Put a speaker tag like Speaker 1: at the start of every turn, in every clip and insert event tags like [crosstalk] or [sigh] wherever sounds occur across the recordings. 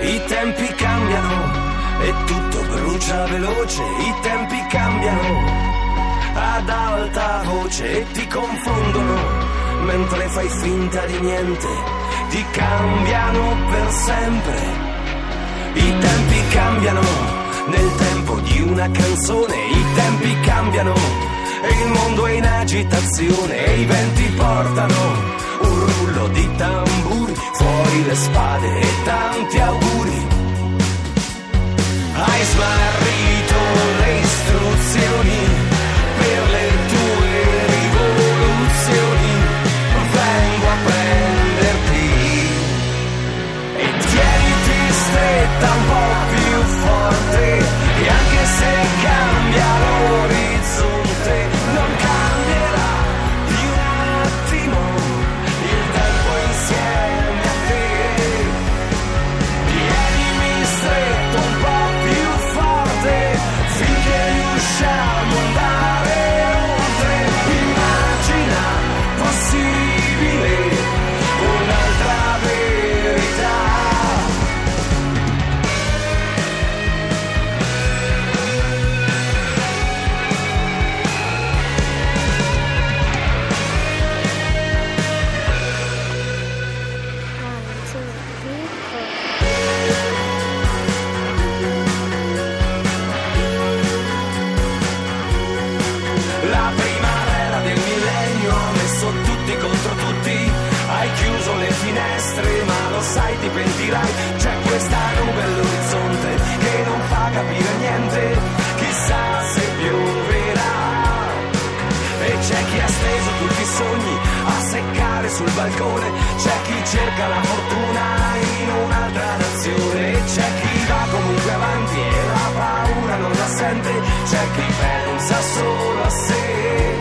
Speaker 1: I tempi cambiano e tutto brucia veloce, i tempi cambiano ad alta voce e ti confondono mentre fai finta di niente, ti cambiano per sempre. I tempi cambiano nel tempo di una canzone, i tempi cambiano e il mondo è in agitazione e i venti portano un rullo di tamburi fuori le spade e tanti auguri. Hai smarrito le istruzioni per le tue rivoluzioni. Vengo a prenderti e tieniti stretta un po' più forte. E anche se cambia l'orizzonte, non cambierà di un attimo il tempo insieme a te. Tienimi stretto un po' più forte finché riusciamo ad andare oltre. Immagina possibile un'altra verità. La primavera del millennio ha messo tutti contro tutti. Hai chiuso le finestre, ma lo sai, ti pentirai. C'è questa nube all'orizzonte che non fa capire niente. Chissà se pioverà. E c'è chi ha steso tutti i sogni a seccare sul balcone, c'è chi cerca la fortuna in un'altra nazione, E c'è chi va comunque avanti e la paura non la sente, c'è chi pensa solo a sé.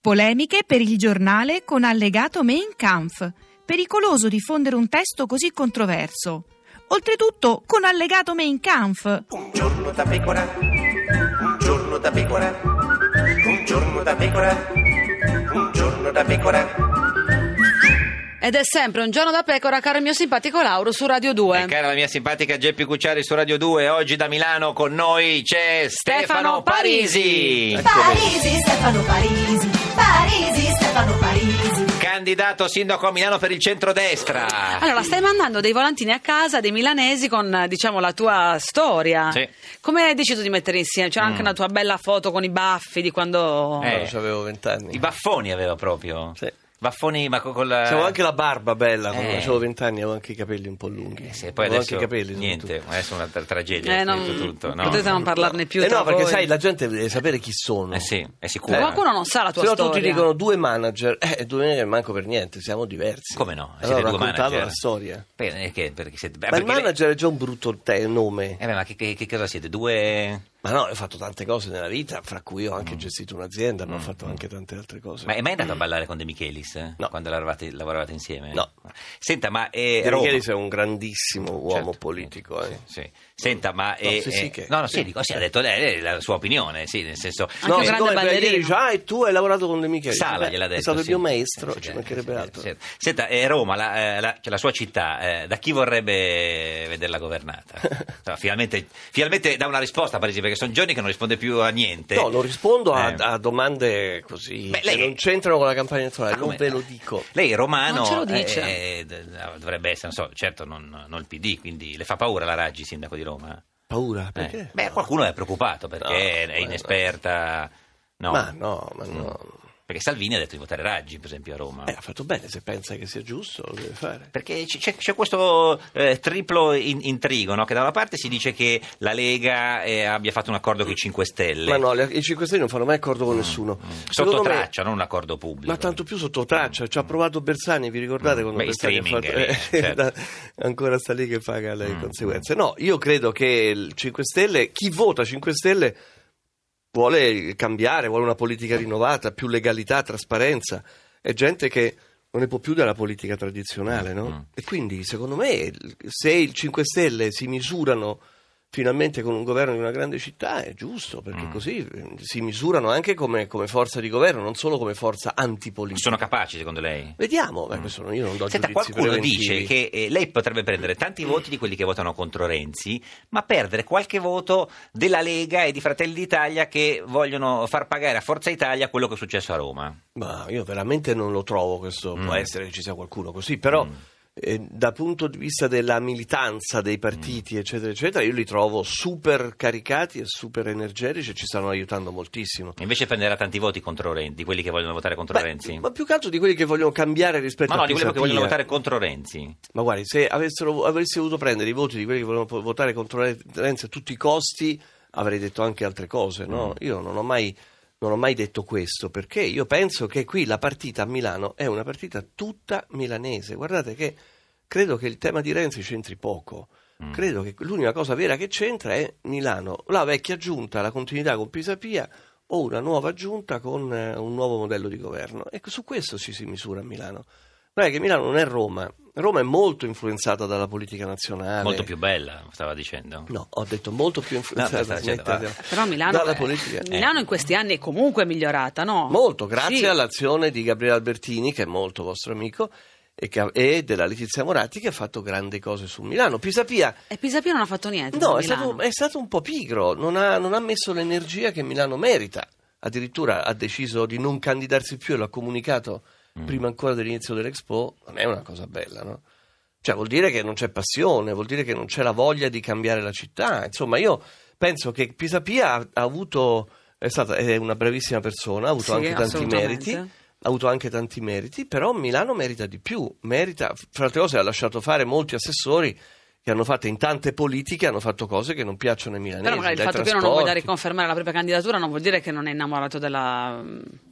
Speaker 2: Polemiche per il giornale con allegato Mein Kampf. Pericoloso diffondere un testo così controverso. Oltretutto con allegato Mein Kampf.
Speaker 3: Un giorno da pecora, un giorno da pecora, un giorno da pecora, un giorno da pecora.
Speaker 4: Ed è sempre un giorno da pecora, caro il mio simpatico Lauro, su Radio 2.
Speaker 5: E cara la mia simpatica Geppi Cucciari su Radio 2, oggi da Milano con noi c'è Stefano
Speaker 4: Stefano Parisi.
Speaker 5: Parisi,
Speaker 6: Parisi, Stefano Parisi, Parisi, Stefano Parisi.
Speaker 5: candidato sindaco a Milano per il centrodestra.
Speaker 4: Allora, stai mandando dei volantini a casa dei milanesi con, eh, diciamo, la tua storia.
Speaker 5: Sì. Mm.
Speaker 4: Come hai deciso di mettere insieme? C'era anche una tua bella foto con i baffi di quando...
Speaker 5: Eh.
Speaker 7: Quando avevo vent'anni.
Speaker 5: I baffoni aveva proprio.
Speaker 7: Sì.
Speaker 5: Baffoni, ma co- con la...
Speaker 7: Avevo anche la barba bella,
Speaker 5: Eh.
Speaker 7: quando avevo vent'anni avevo anche i capelli un po' lunghi.
Speaker 5: Eh sì, poi
Speaker 7: Avevo
Speaker 5: adesso
Speaker 7: anche i capelli
Speaker 5: niente,
Speaker 7: soprattutto.
Speaker 5: adesso è una tra- tragedia.
Speaker 4: Eh,
Speaker 5: è
Speaker 4: non-
Speaker 5: finito tutto, no?
Speaker 4: potete non parlarne più
Speaker 7: Eh
Speaker 4: tra
Speaker 7: no, perché
Speaker 4: voi.
Speaker 7: sai, la gente deve sapere chi sono.
Speaker 5: Eh sì, è sicuro.
Speaker 4: Ma Qualcuno non sa la tua
Speaker 7: Se no
Speaker 4: storia.
Speaker 7: tutti dicono due manager, eh, due manager manco per niente, siamo diversi.
Speaker 5: Come no? Siete
Speaker 7: Allora, ho
Speaker 5: due
Speaker 7: raccontato
Speaker 5: manager.
Speaker 7: la storia.
Speaker 5: Perché? perché siete... beh,
Speaker 7: Ma il
Speaker 5: perché lei-
Speaker 7: manager è già un brutto te- nome.
Speaker 5: Eh beh, ma che, che- che cosa siete? Due...
Speaker 7: Ma no, ho fatto tante cose nella vita, fra cui ho anche gestito un'azienda, ma ho fatto anche tante altre cose.
Speaker 5: Mm. Ma è mai andato a ballare con De Michelis? eh?
Speaker 7: No.
Speaker 5: Quando lavoravate, lavoravate insieme?
Speaker 7: No.
Speaker 5: Senta, ma... Eh,
Speaker 7: De
Speaker 5: Roma-
Speaker 7: Michelis è un grandissimo uomo
Speaker 5: Certo,
Speaker 7: politico.
Speaker 5: sì,
Speaker 7: eh.
Speaker 5: sì, sì. Senta, ma...
Speaker 7: No,
Speaker 5: eh,
Speaker 7: sì, sì,
Speaker 5: eh,
Speaker 7: che-
Speaker 5: no, no, sì,
Speaker 7: sì.
Speaker 5: dico, sì, ha detto lei la sua opinione, sì, nel senso...
Speaker 4: Anche un
Speaker 7: siccome
Speaker 4: grande
Speaker 7: per
Speaker 4: ballerino.
Speaker 7: ieri dice, ah, e tu hai lavorato con De Michelis.
Speaker 5: Sala
Speaker 7: Beh,
Speaker 5: gliel'ha detto.
Speaker 7: È stato
Speaker 5: sì.
Speaker 7: il mio maestro,
Speaker 5: Sì,
Speaker 7: ci
Speaker 5: sì,
Speaker 7: mancherebbe
Speaker 5: sì,
Speaker 7: altro.
Speaker 5: sì. Senta, eh, Roma, la, eh, la- cioè la sua città, eh, da chi vorrebbe vederla
Speaker 7: [laughs]
Speaker 5: governata? Insomma, finalmente, finalmente dà una risposta, Parisi, perché sono giorni che non risponde più a niente.
Speaker 7: No, non rispondo a,
Speaker 5: Eh.
Speaker 7: a domande così
Speaker 5: Beh,
Speaker 7: che
Speaker 5: lei-
Speaker 7: non c'entrano con la campagna
Speaker 5: Ma
Speaker 7: elettorale, non
Speaker 5: Ah, come-
Speaker 7: ve lo dico.
Speaker 5: Lei romano
Speaker 4: Non ce lo dice.
Speaker 5: eh, d- dovrebbe essere, non so, certo non, non il PD, quindi le fa paura la Raggi, sindaco di Roma?
Speaker 7: Paura,
Speaker 5: Eh.
Speaker 7: perché?
Speaker 5: Beh, qualcuno è preoccupato perché
Speaker 7: No,
Speaker 5: è
Speaker 7: ma-
Speaker 5: inesperta. No. Mm.
Speaker 7: Ma no, ma no.
Speaker 5: Perché Salvini ha detto di votare Raggi, per esempio, a Roma.
Speaker 7: Eh, ha fatto bene, se pensa che sia giusto lo deve fare.
Speaker 5: Perché c- c'è, c'è questo eh, triplo in- intrigo, no? che da una parte si dice che la Lega eh, abbia fatto un accordo con i 5 Stelle,
Speaker 7: Ma no, le- i 5 Stelle non fanno mai accordo con nessuno.
Speaker 5: Mm, sotto
Speaker 7: Secondo me-
Speaker 5: traccia, non un accordo pubblico. Mm.
Speaker 7: Ma tanto più sotto traccia, ci ha provato Bersani, vi ricordate quando
Speaker 5: Beh, in
Speaker 7: Bersani ha
Speaker 5: streaming,
Speaker 7: fatto-
Speaker 5: lì,
Speaker 7: [laughs]
Speaker 5: certo. Mm,
Speaker 7: da- ancora sta lì che paga le conseguenze. No, io credo che il 5 Stelle, chi vota 5 Stelle vuole cambiare, vuole una politica rinnovata, più legalità, trasparenza. È gente che non ne può più della politica
Speaker 5: Mm.
Speaker 7: tradizionale, no? E quindi, secondo me, il- se il 5 Stelle si misurano finalmente con un governo di una grande città, è giusto, perché
Speaker 5: Mm.
Speaker 7: così eh, si misurano anche come, come forza di governo, non solo come forza antipolitica.
Speaker 5: Sono capaci, secondo lei?
Speaker 7: Vediamo, beh, questo non- io non do
Speaker 5: Senta,
Speaker 7: giudizi
Speaker 5: qualcuno
Speaker 7: preventivi.
Speaker 5: dice che eh, lei potrebbe prendere tanti voti di quelli che votano contro Renzi, ma perdere qualche voto della Lega e di Fratelli d'Italia che vogliono far pagare a Forza Italia quello che è successo a Roma.
Speaker 7: Ma io veramente non lo trovo questo,
Speaker 5: Mm.
Speaker 7: può essere che ci sia qualcuno così, però eh, dal punto di vista della militanza dei partiti,
Speaker 5: Mm.
Speaker 7: eccetera, eccetera, io li trovo super caricati e super energetici e ci stanno aiutando moltissimo.
Speaker 5: Invece prenderà tanti voti contro Renzi, di quelli che vogliono votare contro
Speaker 7: Beh,
Speaker 5: Renzi.
Speaker 7: ma più che altro di quelli che vogliono cambiare rispetto
Speaker 5: Ma no,
Speaker 7: a
Speaker 5: di quelli che
Speaker 7: Pisapia.
Speaker 5: vogliono votare contro Renzi.
Speaker 7: Ma guardi, se avessero, avessi dovuto prendere i voti di quelli che volevano po- votare contro Re- Renzi a tutti i costi, avrei detto anche altre cose, no? Io non ho mai... Non ho mai detto questo perché io penso che qui la partita a Milano è una partita tutta milanese. Guardate che credo che il tema di Renzi c'entri poco. Credo che l'unica cosa vera che c'entra è Milano, la vecchia giunta, la continuità con Pisapia o una nuova giunta con eh, un nuovo modello di governo. E su questo ci si misura a Milano. Guarda che Milano non è Roma. Roma è molto influenzata dalla politica nazionale.
Speaker 5: Molto più bella, stava dicendo.
Speaker 7: No, ho detto molto più
Speaker 5: No,
Speaker 7: influenzata
Speaker 5: sta dicendo,
Speaker 7: smettetela.
Speaker 4: Però Milano,
Speaker 7: dalla
Speaker 4: eh,
Speaker 7: politica.
Speaker 4: Milano in questi anni è comunque migliorata,
Speaker 5: Eh.
Speaker 4: no?
Speaker 7: Molto, grazie
Speaker 4: Sì.
Speaker 7: all'azione di Gabriele Albertini, che è molto vostro amico, e, che ha- e della Letizia Moratti, che ha fatto grandi cose su Milano. Pisapia,
Speaker 4: E Pisapia non ha fatto niente.
Speaker 7: no,
Speaker 4: a
Speaker 7: è
Speaker 4: Milano.
Speaker 7: stato, è stato un po' pigro, non ha, non ha messo l'energia che Milano merita. Addirittura ha deciso di non candidarsi più e l'ha comunicato prima ancora dell'inizio dell'Expo. Non è una cosa bella, no? Cioè, vuol dire che non c'è passione, vuol dire che non c'è la voglia di cambiare la città. Insomma, io penso che Pisapia ha, ha avuto. È stata è una bravissima persona, ha avuto
Speaker 4: Sì,
Speaker 7: anche tanti
Speaker 4: assolutamente.
Speaker 7: meriti. Ha avuto anche tanti meriti, però Milano merita di più. Merita, fra le altre cose, ha lasciato fare molti assessori che hanno fatto in tante politiche, hanno fatto cose che non piacciono ai milanesi.
Speaker 4: Però magari il
Speaker 7: eh, dai
Speaker 4: fatto che uno non voglia
Speaker 7: trasporti.
Speaker 4: riconfermare la propria candidatura non vuol dire che non è innamorato della...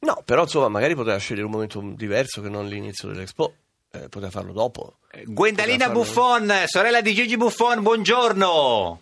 Speaker 7: No, però insomma, magari poteva scegliere un momento diverso che non l'inizio dell'Expo, eh, poteva farlo dopo.
Speaker 5: Gwendalina
Speaker 7: Cosa fanno?
Speaker 5: Buffon, sorella di Gigi Buffon, buongiorno.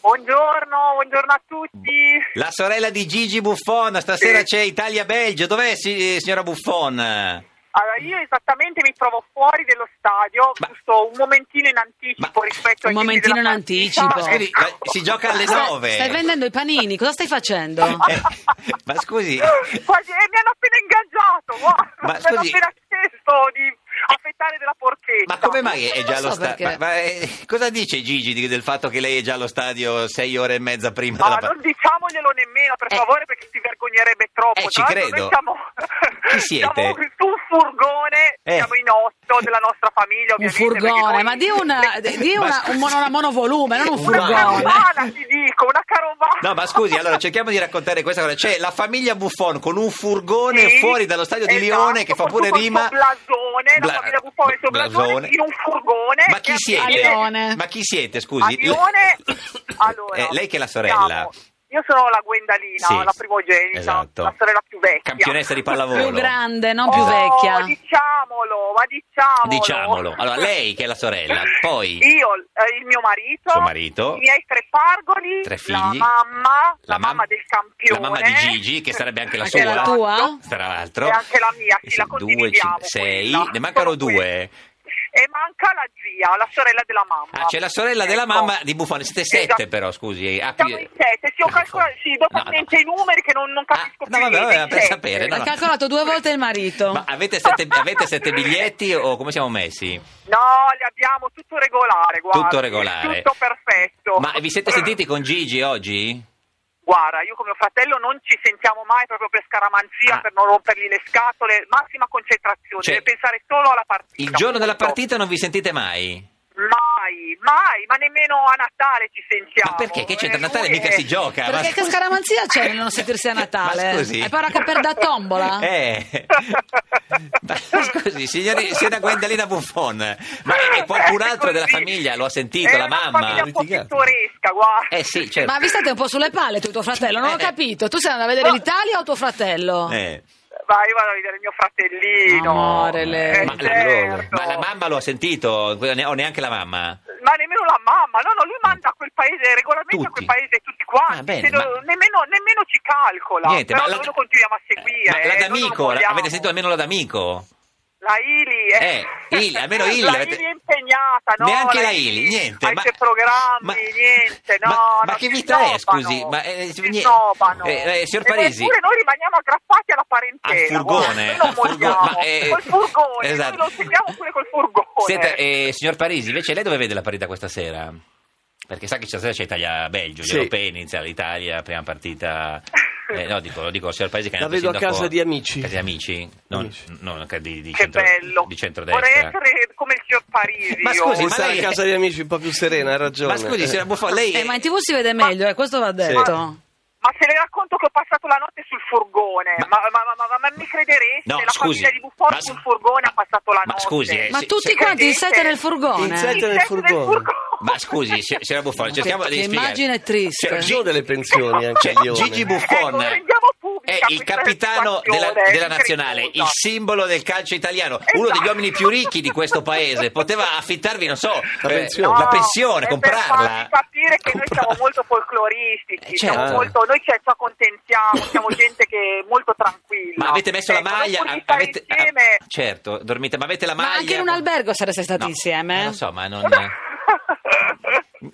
Speaker 8: Buongiorno, buongiorno a tutti.
Speaker 5: La sorella di Gigi Buffon, stasera c'è Italia-Belgio. Dov'è, si- eh, signora Buffon?
Speaker 8: Allora, io esattamente mi trovo fuori dello stadio,
Speaker 5: Ma-
Speaker 8: giusto un momentino in anticipo
Speaker 5: Ma-
Speaker 8: rispetto ai
Speaker 4: Un
Speaker 8: tempi
Speaker 4: momentino
Speaker 8: della
Speaker 4: in
Speaker 8: partita.
Speaker 5: Ma
Speaker 4: anticipo.
Speaker 8: Eh,
Speaker 5: scusi, la- si gioca alle
Speaker 4: Stai-
Speaker 5: nove.
Speaker 4: Stai vendendo i panini, cosa stai facendo?
Speaker 5: Eh, ma scusi,
Speaker 8: [laughs] Quasi, eh, mi hanno appena ingaggiato, guarda,
Speaker 5: Ma
Speaker 8: mi hanno
Speaker 5: scusi-
Speaker 8: appena chiesto di affettare della porchetta.
Speaker 5: ma come mai è
Speaker 4: Non
Speaker 5: già
Speaker 4: lo
Speaker 5: allo
Speaker 4: so
Speaker 5: stadio?
Speaker 4: perché.
Speaker 5: Ma, ma, eh, cosa dice Gigi di- del fatto che lei è già allo stadio sei ore e mezza prima
Speaker 8: No,
Speaker 5: della partita?
Speaker 8: non diciamoglielo nemmeno, per
Speaker 5: Eh.
Speaker 8: favore, perché si vergognerebbe troppo.
Speaker 5: Eh, ci
Speaker 8: Tra l'altro
Speaker 5: credo.
Speaker 8: Noi siamo,
Speaker 5: Chi siete?
Speaker 8: [laughs] siamo su un furgone,
Speaker 5: Eh.
Speaker 8: siamo in otto della nostra famiglia,
Speaker 4: Un
Speaker 8: ovviamente. perché
Speaker 4: furgone,
Speaker 8: noi-
Speaker 4: ma di, una,
Speaker 8: [laughs]
Speaker 4: di
Speaker 5: Ma
Speaker 4: una- un mono- una monovolume, non un
Speaker 8: Una
Speaker 4: furgone.
Speaker 8: carovana, ti dico, una carovana.
Speaker 5: No, ma scusi, ah, allora cerchiamo di raccontare questa cosa. C'è la famiglia Buffon con un furgone
Speaker 8: Sì,
Speaker 5: fuori dallo stadio di
Speaker 8: esatto,
Speaker 5: Lione che fa
Speaker 8: con
Speaker 5: pure
Speaker 8: tutto il
Speaker 5: rima.
Speaker 8: suo blasone, la
Speaker 5: Bla-
Speaker 8: famiglia Buffon e il suo blasone in un furgone
Speaker 5: Ma chi
Speaker 8: e a
Speaker 5: siete?
Speaker 4: Lione.
Speaker 5: Ma chi siete,
Speaker 8: A
Speaker 5: scusi?
Speaker 8: Lione,
Speaker 5: Le-
Speaker 8: allora,
Speaker 5: Eh, lei che è la sorella.
Speaker 8: siamo- io sono la Guendalina,
Speaker 5: Sì,
Speaker 8: la primogenita,
Speaker 5: esatto.
Speaker 8: la sorella più vecchia.
Speaker 5: Campionessa di pallavolo.
Speaker 4: Più grande, non
Speaker 8: Oh,
Speaker 4: più vecchia.
Speaker 8: diciamolo, ma diciamolo.
Speaker 5: Diciamolo. Allora, lei che è la sorella, poi
Speaker 8: Io, eh, il mio marito,
Speaker 5: Suo marito.
Speaker 8: i miei tre pargoli,
Speaker 5: tre figli.
Speaker 8: la mamma, la,
Speaker 5: mam-
Speaker 8: mamma del campione,
Speaker 5: La mamma di Gigi, che sarebbe anche la
Speaker 4: Anche
Speaker 5: sua.
Speaker 4: la tua?
Speaker 5: Tra l'altro.
Speaker 8: E anche la mia, sì,
Speaker 5: Eh sì,
Speaker 8: la
Speaker 5: Due,
Speaker 8: condividiamo
Speaker 5: cin- sei,
Speaker 8: quella.
Speaker 5: ne mancano
Speaker 8: Solo
Speaker 5: due.
Speaker 8: E manca la zia, la sorella della mamma.
Speaker 5: Ah, c'è la sorella
Speaker 8: Ecco.
Speaker 5: della mamma di Buffone. Siete sette,
Speaker 8: Esatto.
Speaker 5: però, scusi. Ah,
Speaker 8: Siamo in sette, sì, ho calcolato, sì, dopo sento i numeri che non, non capisco
Speaker 5: Ah, no,
Speaker 8: più
Speaker 5: vabbè,
Speaker 8: niente,
Speaker 5: vabbè, per
Speaker 8: sette.
Speaker 5: sapere, no,
Speaker 4: Ha
Speaker 5: no.
Speaker 4: calcolato due volte il marito.
Speaker 5: Ma avete sette, avete sette biglietti o come siamo messi?
Speaker 8: No, li abbiamo tutto regolare, guarda.
Speaker 5: Tutto regolare.
Speaker 8: Tutto perfetto.
Speaker 5: Ma vi siete sentiti con Gigi oggi?
Speaker 8: Guarda, io come fratello non ci sentiamo mai proprio per scaramanzia,
Speaker 5: Ah.
Speaker 8: per non rompergli le scatole, massima concentrazione,
Speaker 5: Cioè,
Speaker 8: deve pensare solo alla partita.
Speaker 5: Il giorno della
Speaker 8: punto.
Speaker 5: partita non vi sentite mai?
Speaker 8: Mai, mai, ma nemmeno a Natale ci sentiamo.
Speaker 5: Ma perché? Che c'entra
Speaker 8: Eh,
Speaker 5: Natale?
Speaker 8: lui
Speaker 5: Mica
Speaker 8: è-
Speaker 5: si gioca. eh, ma
Speaker 4: Perché che
Speaker 5: scusi.
Speaker 4: scaramanzia c'è nel non sentirsi a Natale?
Speaker 5: Ma scusi.
Speaker 4: Hai paura che perda tombola?
Speaker 5: [laughs]
Speaker 8: [laughs]
Speaker 5: Eh. Ma scusi, signori, signora Gwendalina Buffon, ma e qualcun altro
Speaker 8: Eh,
Speaker 5: della
Speaker 8: così.
Speaker 5: famiglia lo ha sentito,
Speaker 8: È
Speaker 5: la
Speaker 8: una
Speaker 5: mamma?
Speaker 8: famiglia un po'
Speaker 7: Litigate.
Speaker 8: pittoresca, guarda.
Speaker 5: Eh sì, certo.
Speaker 4: Ma vi state un po' sulle palle tu e tuo fratello, non ho
Speaker 5: Eh.
Speaker 4: capito. Tu sei andato a vedere
Speaker 8: Ma-
Speaker 4: l'Italia o tuo fratello?
Speaker 5: Eh.
Speaker 8: Ma io vado a vedere mio fratellino.
Speaker 4: Amore, lei.
Speaker 8: Eh,
Speaker 5: Ma, la,
Speaker 8: certo.
Speaker 5: ma la mamma lo ha sentito, o neanche la mamma?
Speaker 8: Ma nemmeno la mamma, no, no, lui manda a quel paese, regolarmente
Speaker 5: Tutti.
Speaker 8: a quel paese tutti quanti.
Speaker 5: Ah, bene,
Speaker 8: se lo-
Speaker 5: ma-
Speaker 8: nemmeno, nemmeno ci calcola.
Speaker 5: Niente,
Speaker 8: però
Speaker 5: ma la,
Speaker 8: noi lo continuiamo a seguire.
Speaker 5: Ma la
Speaker 8: eh, noi non
Speaker 5: d'amico, la-
Speaker 8: vogliamo.
Speaker 5: avete sentito almeno la d'amico?
Speaker 8: La Ili è...
Speaker 5: Eh, Ili, almeno Ili
Speaker 8: [laughs] La
Speaker 5: avete-
Speaker 8: Ili è impegnata, no?
Speaker 5: Neanche la Ili, niente.
Speaker 8: Ai suoi programmi, niente, no.
Speaker 5: Ma, ma
Speaker 8: no,
Speaker 5: che
Speaker 8: si
Speaker 5: vita è,
Speaker 8: snobano,
Speaker 5: scusi? Ma, eh,
Speaker 8: si
Speaker 5: niente.
Speaker 8: snobano.
Speaker 5: Eh, eh, signor
Speaker 8: E
Speaker 5: Parisi.
Speaker 8: Eppure noi rimaniamo aggrappati alla
Speaker 5: Al
Speaker 8: parentela.
Speaker 5: furgone,
Speaker 8: guarda, noi
Speaker 5: al
Speaker 8: non
Speaker 5: furgone,
Speaker 8: vogliamo.
Speaker 5: ma, eh,
Speaker 8: col furgone,
Speaker 5: esatto.
Speaker 8: noi lo seguiamo pure col furgone.
Speaker 5: Senta, eh, signor Parisi, invece lei dove vede la parità questa sera? Perché sa che stasera c'è Italia-Belgio, gli
Speaker 7: Sì.
Speaker 5: europei, inizia l'Italia, prima partita... Eh, no, dico, lo dico al signor Parisi che è
Speaker 7: La
Speaker 5: anche
Speaker 7: vedo a
Speaker 5: sindaco-
Speaker 7: casa di amici.
Speaker 5: a Casa di amici? Non,
Speaker 7: Amici.
Speaker 5: no, no, di, di
Speaker 8: che
Speaker 5: centro-
Speaker 8: bello.
Speaker 5: Di
Speaker 8: Vorrei
Speaker 5: centrodestra.
Speaker 8: essere come il signor Parisi.
Speaker 5: Ma
Speaker 8: io.
Speaker 5: scusi,
Speaker 7: Può
Speaker 5: ma
Speaker 7: stare
Speaker 5: lei-
Speaker 7: a casa di amici un po' più serena, ha ragione.
Speaker 5: Ma scusi, signora Buffon, lei...
Speaker 4: Eh, ma in tv si vede meglio, eh, questo va detto.
Speaker 8: Ma se le racconto che ho passato la notte sul furgone,
Speaker 5: Ma-
Speaker 8: ma, ma, ma, ma- ma mi credereste?
Speaker 5: No,
Speaker 8: la
Speaker 5: scusi.
Speaker 8: famiglia di Buffon
Speaker 5: ma-
Speaker 8: sul furgone ha passato la
Speaker 5: ma
Speaker 8: notte.
Speaker 5: scusi, eh,
Speaker 4: Ma
Speaker 5: sì,
Speaker 4: tutti
Speaker 5: sì.
Speaker 4: quanti in sette nel
Speaker 7: In
Speaker 4: furgone.
Speaker 7: sette-
Speaker 4: eh?
Speaker 7: Siete nel
Speaker 8: Siete
Speaker 7: furgone.
Speaker 5: Ma scusi,
Speaker 8: [laughs] Ecco,
Speaker 5: si- signora Buffon, cerchiamo di
Speaker 4: che
Speaker 5: spiegare.
Speaker 4: immagine triste.
Speaker 5: Cioè,
Speaker 7: Ci
Speaker 5: Gi-
Speaker 7: Eh, sono delle pensioni anche
Speaker 5: cioè,
Speaker 7: a Lione.
Speaker 5: Gigi Buffon
Speaker 8: Ecco, rendiamo pubblica
Speaker 5: è il
Speaker 8: questa
Speaker 5: capitano della,
Speaker 8: situazione,
Speaker 5: della nazionale, il
Speaker 8: incredibile.
Speaker 5: simbolo del calcio italiano,
Speaker 8: Esatto.
Speaker 5: uno degli uomini più ricchi di questo paese. Poteva affittarvi, non so,
Speaker 7: La
Speaker 5: eh,
Speaker 7: pensione.
Speaker 8: No,
Speaker 5: la pensione,
Speaker 8: è Per
Speaker 5: comprarla.
Speaker 8: farvi capire che noi siamo
Speaker 5: Comprarla.
Speaker 8: molto folcloristici,
Speaker 5: Eh,
Speaker 8: siamo
Speaker 5: certo.
Speaker 8: molto, noi ci ci accontentiamo, siamo gente che è molto tranquilla.
Speaker 5: Ma avete messo la
Speaker 8: Ecco, noi
Speaker 5: maglia?
Speaker 8: pur di stare
Speaker 5: Avete, ah,
Speaker 8: insieme
Speaker 5: certo, dormite, ma avete la
Speaker 4: Ma
Speaker 5: maglia?
Speaker 4: anche in un albergo sareste stati
Speaker 5: No,
Speaker 4: insieme.
Speaker 5: eh,
Speaker 4: eh?
Speaker 5: Lo so, ma non.
Speaker 8: [laughs]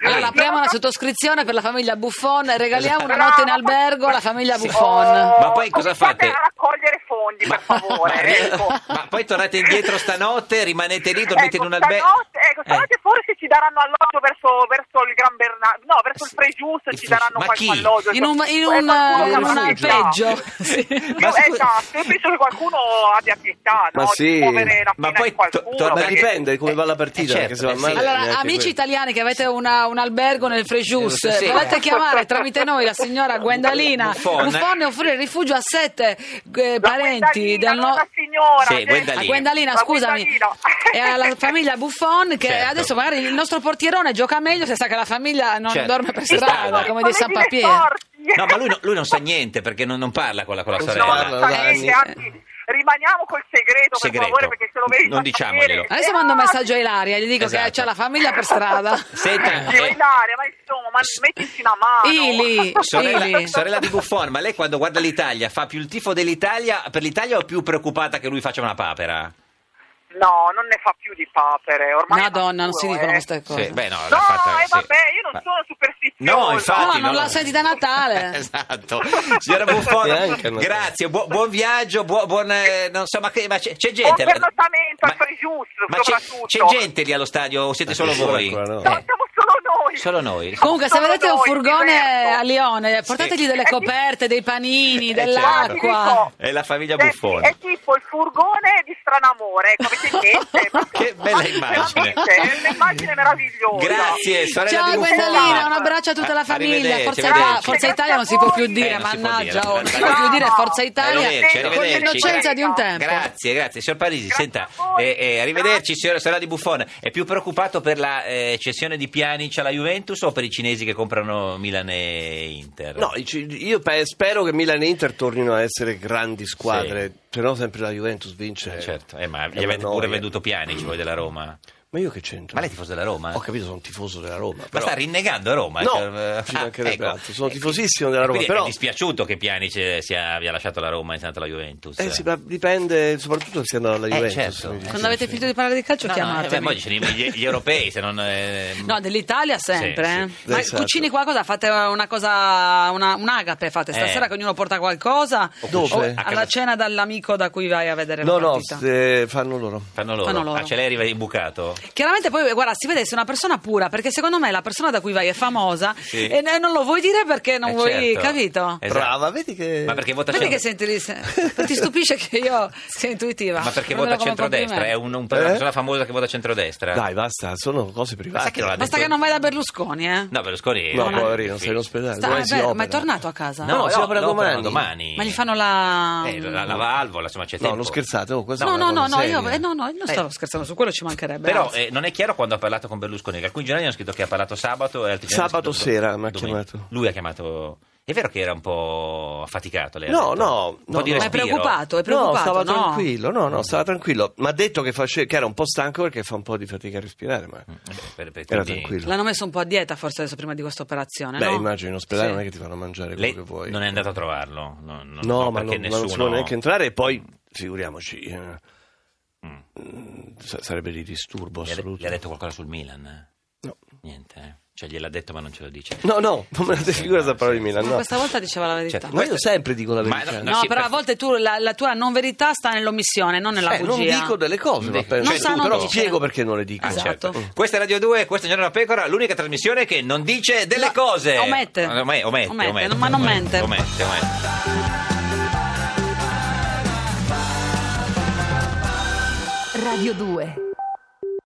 Speaker 4: Allora, apriamo una sottoscrizione per la famiglia Buffon, regaliamo una notte in albergo alla famiglia Buffon.
Speaker 8: Oh,
Speaker 5: Ma poi cosa
Speaker 8: cominciate
Speaker 5: fate?
Speaker 8: a raccogliere fondi, per favore. ecco.
Speaker 5: [laughs] ma poi tornate indietro stanotte, rimanete lì, dormite
Speaker 8: Ecco,
Speaker 5: in un Eh. albergo.
Speaker 8: Stanotte, ecco, stanotte forse ci daranno alloggio verso, verso il Gran Bernardo, no, verso il
Speaker 5: Sì.
Speaker 8: Fregiusto
Speaker 5: Il
Speaker 8: ci
Speaker 5: Frejus-
Speaker 8: daranno
Speaker 5: ma
Speaker 8: qualche
Speaker 5: chi?
Speaker 8: alloggio.
Speaker 4: In un, in
Speaker 8: Eh,
Speaker 4: un,
Speaker 8: qualcuno
Speaker 4: in
Speaker 8: che
Speaker 4: un
Speaker 8: avrà pietà.
Speaker 4: alpeggio. [laughs] Sì.
Speaker 5: Ma
Speaker 8: Io-
Speaker 5: scusi-
Speaker 8: esatto, io penso che qualcuno abbia pietà,
Speaker 7: Ma
Speaker 8: no?
Speaker 7: sì.
Speaker 8: Di muovere la
Speaker 5: Ma
Speaker 8: pena
Speaker 5: poi
Speaker 8: di qualcuno.
Speaker 5: to- torna-
Speaker 7: Ma
Speaker 8: perché-
Speaker 7: dipende come va la
Speaker 5: Eh,
Speaker 7: partita,
Speaker 5: certo,
Speaker 7: perché se va
Speaker 5: eh, sì.
Speaker 7: male
Speaker 4: Allora,
Speaker 7: neanche
Speaker 4: amici
Speaker 7: quello.
Speaker 4: italiani che avete una- un albergo nel Frejus,
Speaker 5: Sì, sì.
Speaker 4: volete chiamare tramite noi la signora Guendalina
Speaker 5: Buffon.
Speaker 4: Buffon, e offrire rifugio a sette eh,
Speaker 8: La
Speaker 4: parenti
Speaker 8: Guendalina,
Speaker 4: del
Speaker 8: non
Speaker 4: no-
Speaker 8: la signora.
Speaker 5: Sì,
Speaker 8: che-
Speaker 5: Guendalina.
Speaker 4: a Guendalina,
Speaker 8: La
Speaker 4: scusami,
Speaker 8: Guendalina.
Speaker 4: e alla
Speaker 8: [laughs]
Speaker 4: famiglia Buffon che
Speaker 5: Certo.
Speaker 4: adesso magari il nostro portierone gioca meglio se sa che la famiglia non
Speaker 5: Certo.
Speaker 4: dorme per
Speaker 5: Sì,
Speaker 4: strada,
Speaker 5: guarda.
Speaker 4: come di San
Speaker 8: Sono delle
Speaker 4: Papier.
Speaker 8: sorti.
Speaker 5: No, ma lui, no- lui non sa niente perché non, non parla con la, con la
Speaker 7: Non
Speaker 5: sorella.
Speaker 8: No,
Speaker 7: parla,
Speaker 8: non sa
Speaker 7: Dani.
Speaker 8: niente, anzi, rimaniamo col segreto,
Speaker 5: Segreto.
Speaker 8: per favore, perché se lo vedi Eh,
Speaker 5: Non diciamoglielo.
Speaker 4: Adesso mando un messaggio a Ilaria, gli dico che
Speaker 5: Esatto.
Speaker 4: c'è la famiglia per
Speaker 5: [laughs]
Speaker 4: strada.
Speaker 5: Senta,
Speaker 8: Sì,
Speaker 5: eh,
Speaker 8: Ilaria, ma insomma, ma mettici una mano.
Speaker 4: Ili,
Speaker 5: sorella,
Speaker 4: Ili.
Speaker 5: sorella di Buffon, ma lei quando guarda l'Italia fa più il tifo dell'Italia per l'Italia o è più preoccupata che lui faccia una papera?
Speaker 8: No, non ne fa più di papere, ormai... è
Speaker 4: Madonna, non si
Speaker 8: maturo,
Speaker 4: dicono
Speaker 8: eh.
Speaker 4: queste cose.
Speaker 5: Sì, beh, no, l'ha
Speaker 8: No,
Speaker 5: fatta,
Speaker 8: eh,
Speaker 5: sì.
Speaker 8: vabbè, io non
Speaker 5: Ma-
Speaker 8: sono superstiziosa.
Speaker 5: No, infatti.
Speaker 4: No, non l'ha sentita a Natale.
Speaker 5: [laughs] esatto. Signora Buffon,
Speaker 7: Eh. [laughs] Neanche a Natale.
Speaker 5: grazie, buon- buon viaggio, buon, buon, eh, non so, ma, che- ma c'è,
Speaker 4: Oh,
Speaker 5: c'è
Speaker 8: Buon
Speaker 5: gente.
Speaker 8: pernottamento al
Speaker 5: Ma-
Speaker 8: Frejus,
Speaker 5: ma c'è,
Speaker 8: soprattutto.
Speaker 5: c'è gente lì allo stadio o siete
Speaker 7: Ma
Speaker 5: solo
Speaker 7: ci sono
Speaker 5: voi?
Speaker 7: ancora, no.
Speaker 8: No,
Speaker 5: Eh,
Speaker 8: siamo solo noi.
Speaker 5: solo noi.
Speaker 4: Comunque, se
Speaker 8: Sono
Speaker 4: vedete un
Speaker 8: noi,
Speaker 4: furgone
Speaker 8: diverso.
Speaker 4: a Lione, portategli delle
Speaker 8: Eh, sì.
Speaker 4: coperte, dei panini,
Speaker 5: Eh, certo.
Speaker 8: Ah,
Speaker 4: dell'acqua.
Speaker 5: È la famiglia
Speaker 8: Senti,
Speaker 5: Buffon.
Speaker 8: È tipo il furgone di Stranamore, come se niente.
Speaker 5: [laughs] Che bella immagine.
Speaker 8: Veramente, È un'immagine meravigliosa.
Speaker 5: Grazie, sorella
Speaker 4: Ciao
Speaker 5: di Buffon.
Speaker 4: Gwendalina, un abbraccio a tutta la famiglia.
Speaker 5: Arrivederci,
Speaker 4: Forza, Italia,
Speaker 5: arrivederci.
Speaker 4: Forza Italia non si può più
Speaker 5: Eh,
Speaker 4: dire,
Speaker 5: non si può
Speaker 4: mannaggia,
Speaker 5: dire, Eh,
Speaker 4: oh, non si può più
Speaker 5: no.
Speaker 4: dire Forza Italia
Speaker 5: Arrivederci,
Speaker 4: con
Speaker 5: arrivederci.
Speaker 4: l'innocenza di un tempo.
Speaker 5: Grazie, grazie. Signor Parisi,
Speaker 8: Grazie
Speaker 5: senta,
Speaker 8: a voi.
Speaker 5: eh, eh, arrivederci,
Speaker 8: Grazie.
Speaker 5: signora Sara di Buffon. È più preoccupato per la eh, cessione di Pjanic alla Juventus o per i cinesi che comprano Milan e Inter?
Speaker 7: No, i ci- io pe- spero che Milan e Inter tornino a essere grandi squadre, se no sempre la Juventus vince.
Speaker 5: Eh, certo, eh, ma
Speaker 7: È
Speaker 5: gli
Speaker 7: una
Speaker 5: avete pure
Speaker 7: noia.
Speaker 5: venduto Pjanic voi della Roma.
Speaker 7: Ma io che c'entro?
Speaker 5: Ma lei è tifoso della Roma? eh?
Speaker 7: Ho capito, sono tifoso della Roma.
Speaker 5: Ma
Speaker 7: però-
Speaker 5: sta rinnegando a Roma?
Speaker 7: No,
Speaker 5: cioè,
Speaker 7: ci mancherebbe altro. Sono
Speaker 5: Eh,
Speaker 7: tifosissimo della Roma,
Speaker 5: quindi
Speaker 7: però-
Speaker 5: È dispiaciuto che Pjanic eh, sia, abbia lasciato la Roma e sia andato alla Juventus.
Speaker 7: Eh sì, ma dipende soprattutto se andava alla
Speaker 5: Eh,
Speaker 7: Juventus.
Speaker 5: certo.
Speaker 7: mi dice.
Speaker 4: Quando avete finito di parlare di calcio,
Speaker 5: No, no, eh, beh, poi
Speaker 4: chiamatemi.
Speaker 5: ci sono gli, gli europei, se non... eh,
Speaker 4: No, dell'Italia sempre.
Speaker 5: Sì,
Speaker 4: eh.
Speaker 5: sì.
Speaker 4: Ma
Speaker 7: Esatto.
Speaker 4: cucini qualcosa? Fate una cosa, una, un agape fate stasera
Speaker 5: Eh.
Speaker 4: che ognuno porta qualcosa?
Speaker 5: O
Speaker 7: Dove?
Speaker 5: cucina- a
Speaker 4: Alla
Speaker 5: casa-
Speaker 4: cena dall'amico da cui vai a vedere
Speaker 7: No,
Speaker 4: la
Speaker 7: no,
Speaker 4: partita.
Speaker 7: se- fanno loro.
Speaker 5: Fanno loro.
Speaker 4: Fanno loro. Eh.
Speaker 5: Ah, ce l'hai arriva imbucato?
Speaker 4: Chiaramente poi guarda, si vede se è una persona pura, perché secondo me la persona da cui vai è famosa
Speaker 5: Sì.
Speaker 4: e ne- non lo vuoi dire perché non
Speaker 5: Eh,
Speaker 4: vuoi,
Speaker 5: certo.
Speaker 4: capito?
Speaker 5: Esatto.
Speaker 7: Brava, vedi che...
Speaker 5: Ma perché vota
Speaker 4: Vedi che
Speaker 5: sempre-
Speaker 4: senti di- se- ti stupisce che io sia intuitiva.
Speaker 5: Ma perché
Speaker 4: Prendilo
Speaker 5: vota
Speaker 4: come
Speaker 5: centrodestra? È
Speaker 4: complimento.
Speaker 5: un, un-
Speaker 7: Eh?
Speaker 5: una persona famosa che vota centrodestra.
Speaker 7: Dai, basta, sono cose private.
Speaker 5: Ma sai che non l'ha
Speaker 4: Basta
Speaker 5: detto-
Speaker 4: che non vai da Berlusconi, eh?
Speaker 5: No, Berlusconi...
Speaker 7: No,
Speaker 5: non è-
Speaker 7: poverino, sei in ospedale.
Speaker 4: Sta-
Speaker 7: domani
Speaker 4: eh,
Speaker 7: si
Speaker 4: beh,
Speaker 7: opera.
Speaker 4: ma è tornato a casa?
Speaker 5: No,
Speaker 7: No, si
Speaker 5: no,
Speaker 7: opera
Speaker 5: lo operano
Speaker 7: domani.
Speaker 5: domani.
Speaker 4: Ma gli fanno la... mm,
Speaker 5: Eh, la, la valvola, insomma, c'è
Speaker 7: No,
Speaker 5: tempo.
Speaker 7: non scherzate, oh, questa
Speaker 4: No,
Speaker 7: è una
Speaker 4: no, no,
Speaker 7: cosa
Speaker 4: no, io,
Speaker 7: seria.
Speaker 4: eh, no, no, io non stavo scherzando su quello, ci mancherebbe.
Speaker 5: Però
Speaker 4: anzi.
Speaker 5: eh, non è chiaro quando ha parlato con Berlusconi. che Alcuni giornali hanno scritto che ha parlato sabato e altri giornali
Speaker 7: Sabato
Speaker 5: hanno scritto
Speaker 7: sera mi ha
Speaker 5: domenica.
Speaker 7: chiamato.
Speaker 5: Lui ha chiamato. È vero che era un po' affaticato lei? ha
Speaker 7: No,
Speaker 5: detto?
Speaker 7: no,
Speaker 5: Un
Speaker 7: no,
Speaker 5: po' di
Speaker 7: no.
Speaker 4: Ma è
Speaker 5: respiro.
Speaker 4: preoccupato, è
Speaker 7: No,
Speaker 4: Ah, preoccupato,
Speaker 7: stava
Speaker 4: no?
Speaker 7: tranquillo, no, no, stava tranquillo. Mi ha detto che, face- che era un po' stanco perché fa un po' di fatica a respirare, ma
Speaker 5: Eh, per- per-
Speaker 7: era
Speaker 5: quindi-
Speaker 7: tranquillo.
Speaker 4: L'hanno messo un po' a dieta forse adesso prima di questa operazione,
Speaker 7: Beh,
Speaker 4: Ah, no?
Speaker 7: immagino in ospedale
Speaker 4: Sì.
Speaker 7: non è che ti fanno mangiare quello
Speaker 5: Lei
Speaker 7: che vuoi.
Speaker 5: non è andato a trovarlo. No, non-
Speaker 7: No,
Speaker 5: no,
Speaker 7: ma
Speaker 5: perché
Speaker 7: non, ma non
Speaker 5: nessuno.
Speaker 7: si può neanche entrare e poi, figuriamoci, eh,
Speaker 5: Mm.
Speaker 7: sa- sarebbe di disturbo
Speaker 5: Gli ha, de-
Speaker 7: assoluto.
Speaker 5: gli ha detto qualcosa sul Milan? eh?
Speaker 7: No.
Speaker 5: Niente, eh? Cioè gliel'ha detto ma non ce lo dice.
Speaker 7: No, no, [laughs] non me la
Speaker 5: Sì,
Speaker 7: figura
Speaker 5: no,
Speaker 7: da parola
Speaker 5: sì,
Speaker 7: di
Speaker 4: Ma
Speaker 7: Milan, no. Cioè,
Speaker 4: questa volta diceva la verità.
Speaker 5: Certo.
Speaker 7: Ma io sempre dico la
Speaker 5: Ma-
Speaker 7: verità.
Speaker 5: no,
Speaker 4: No,
Speaker 5: no, sì,
Speaker 4: però
Speaker 5: per-
Speaker 4: a volte tu la, la tua non verità sta nell'omissione, non nella
Speaker 7: Eh, non
Speaker 4: bugia.
Speaker 7: dico delle cose, ma
Speaker 5: Non
Speaker 7: per-
Speaker 5: sanno
Speaker 7: cioè, tu- però
Speaker 4: dice.
Speaker 7: spiego perché non le dico.
Speaker 5: Ah, certo.
Speaker 4: Esatto.
Speaker 5: Questa è Radio 2, questa è Giorno della Pecora, l'unica trasmissione che non dice delle
Speaker 4: No,
Speaker 5: cose.
Speaker 4: omette.
Speaker 5: Ah, ome- omette,
Speaker 4: Omette,
Speaker 5: omette,
Speaker 4: ma non
Speaker 5: omette,
Speaker 4: mente.
Speaker 5: Omette, omette.
Speaker 9: Radio 2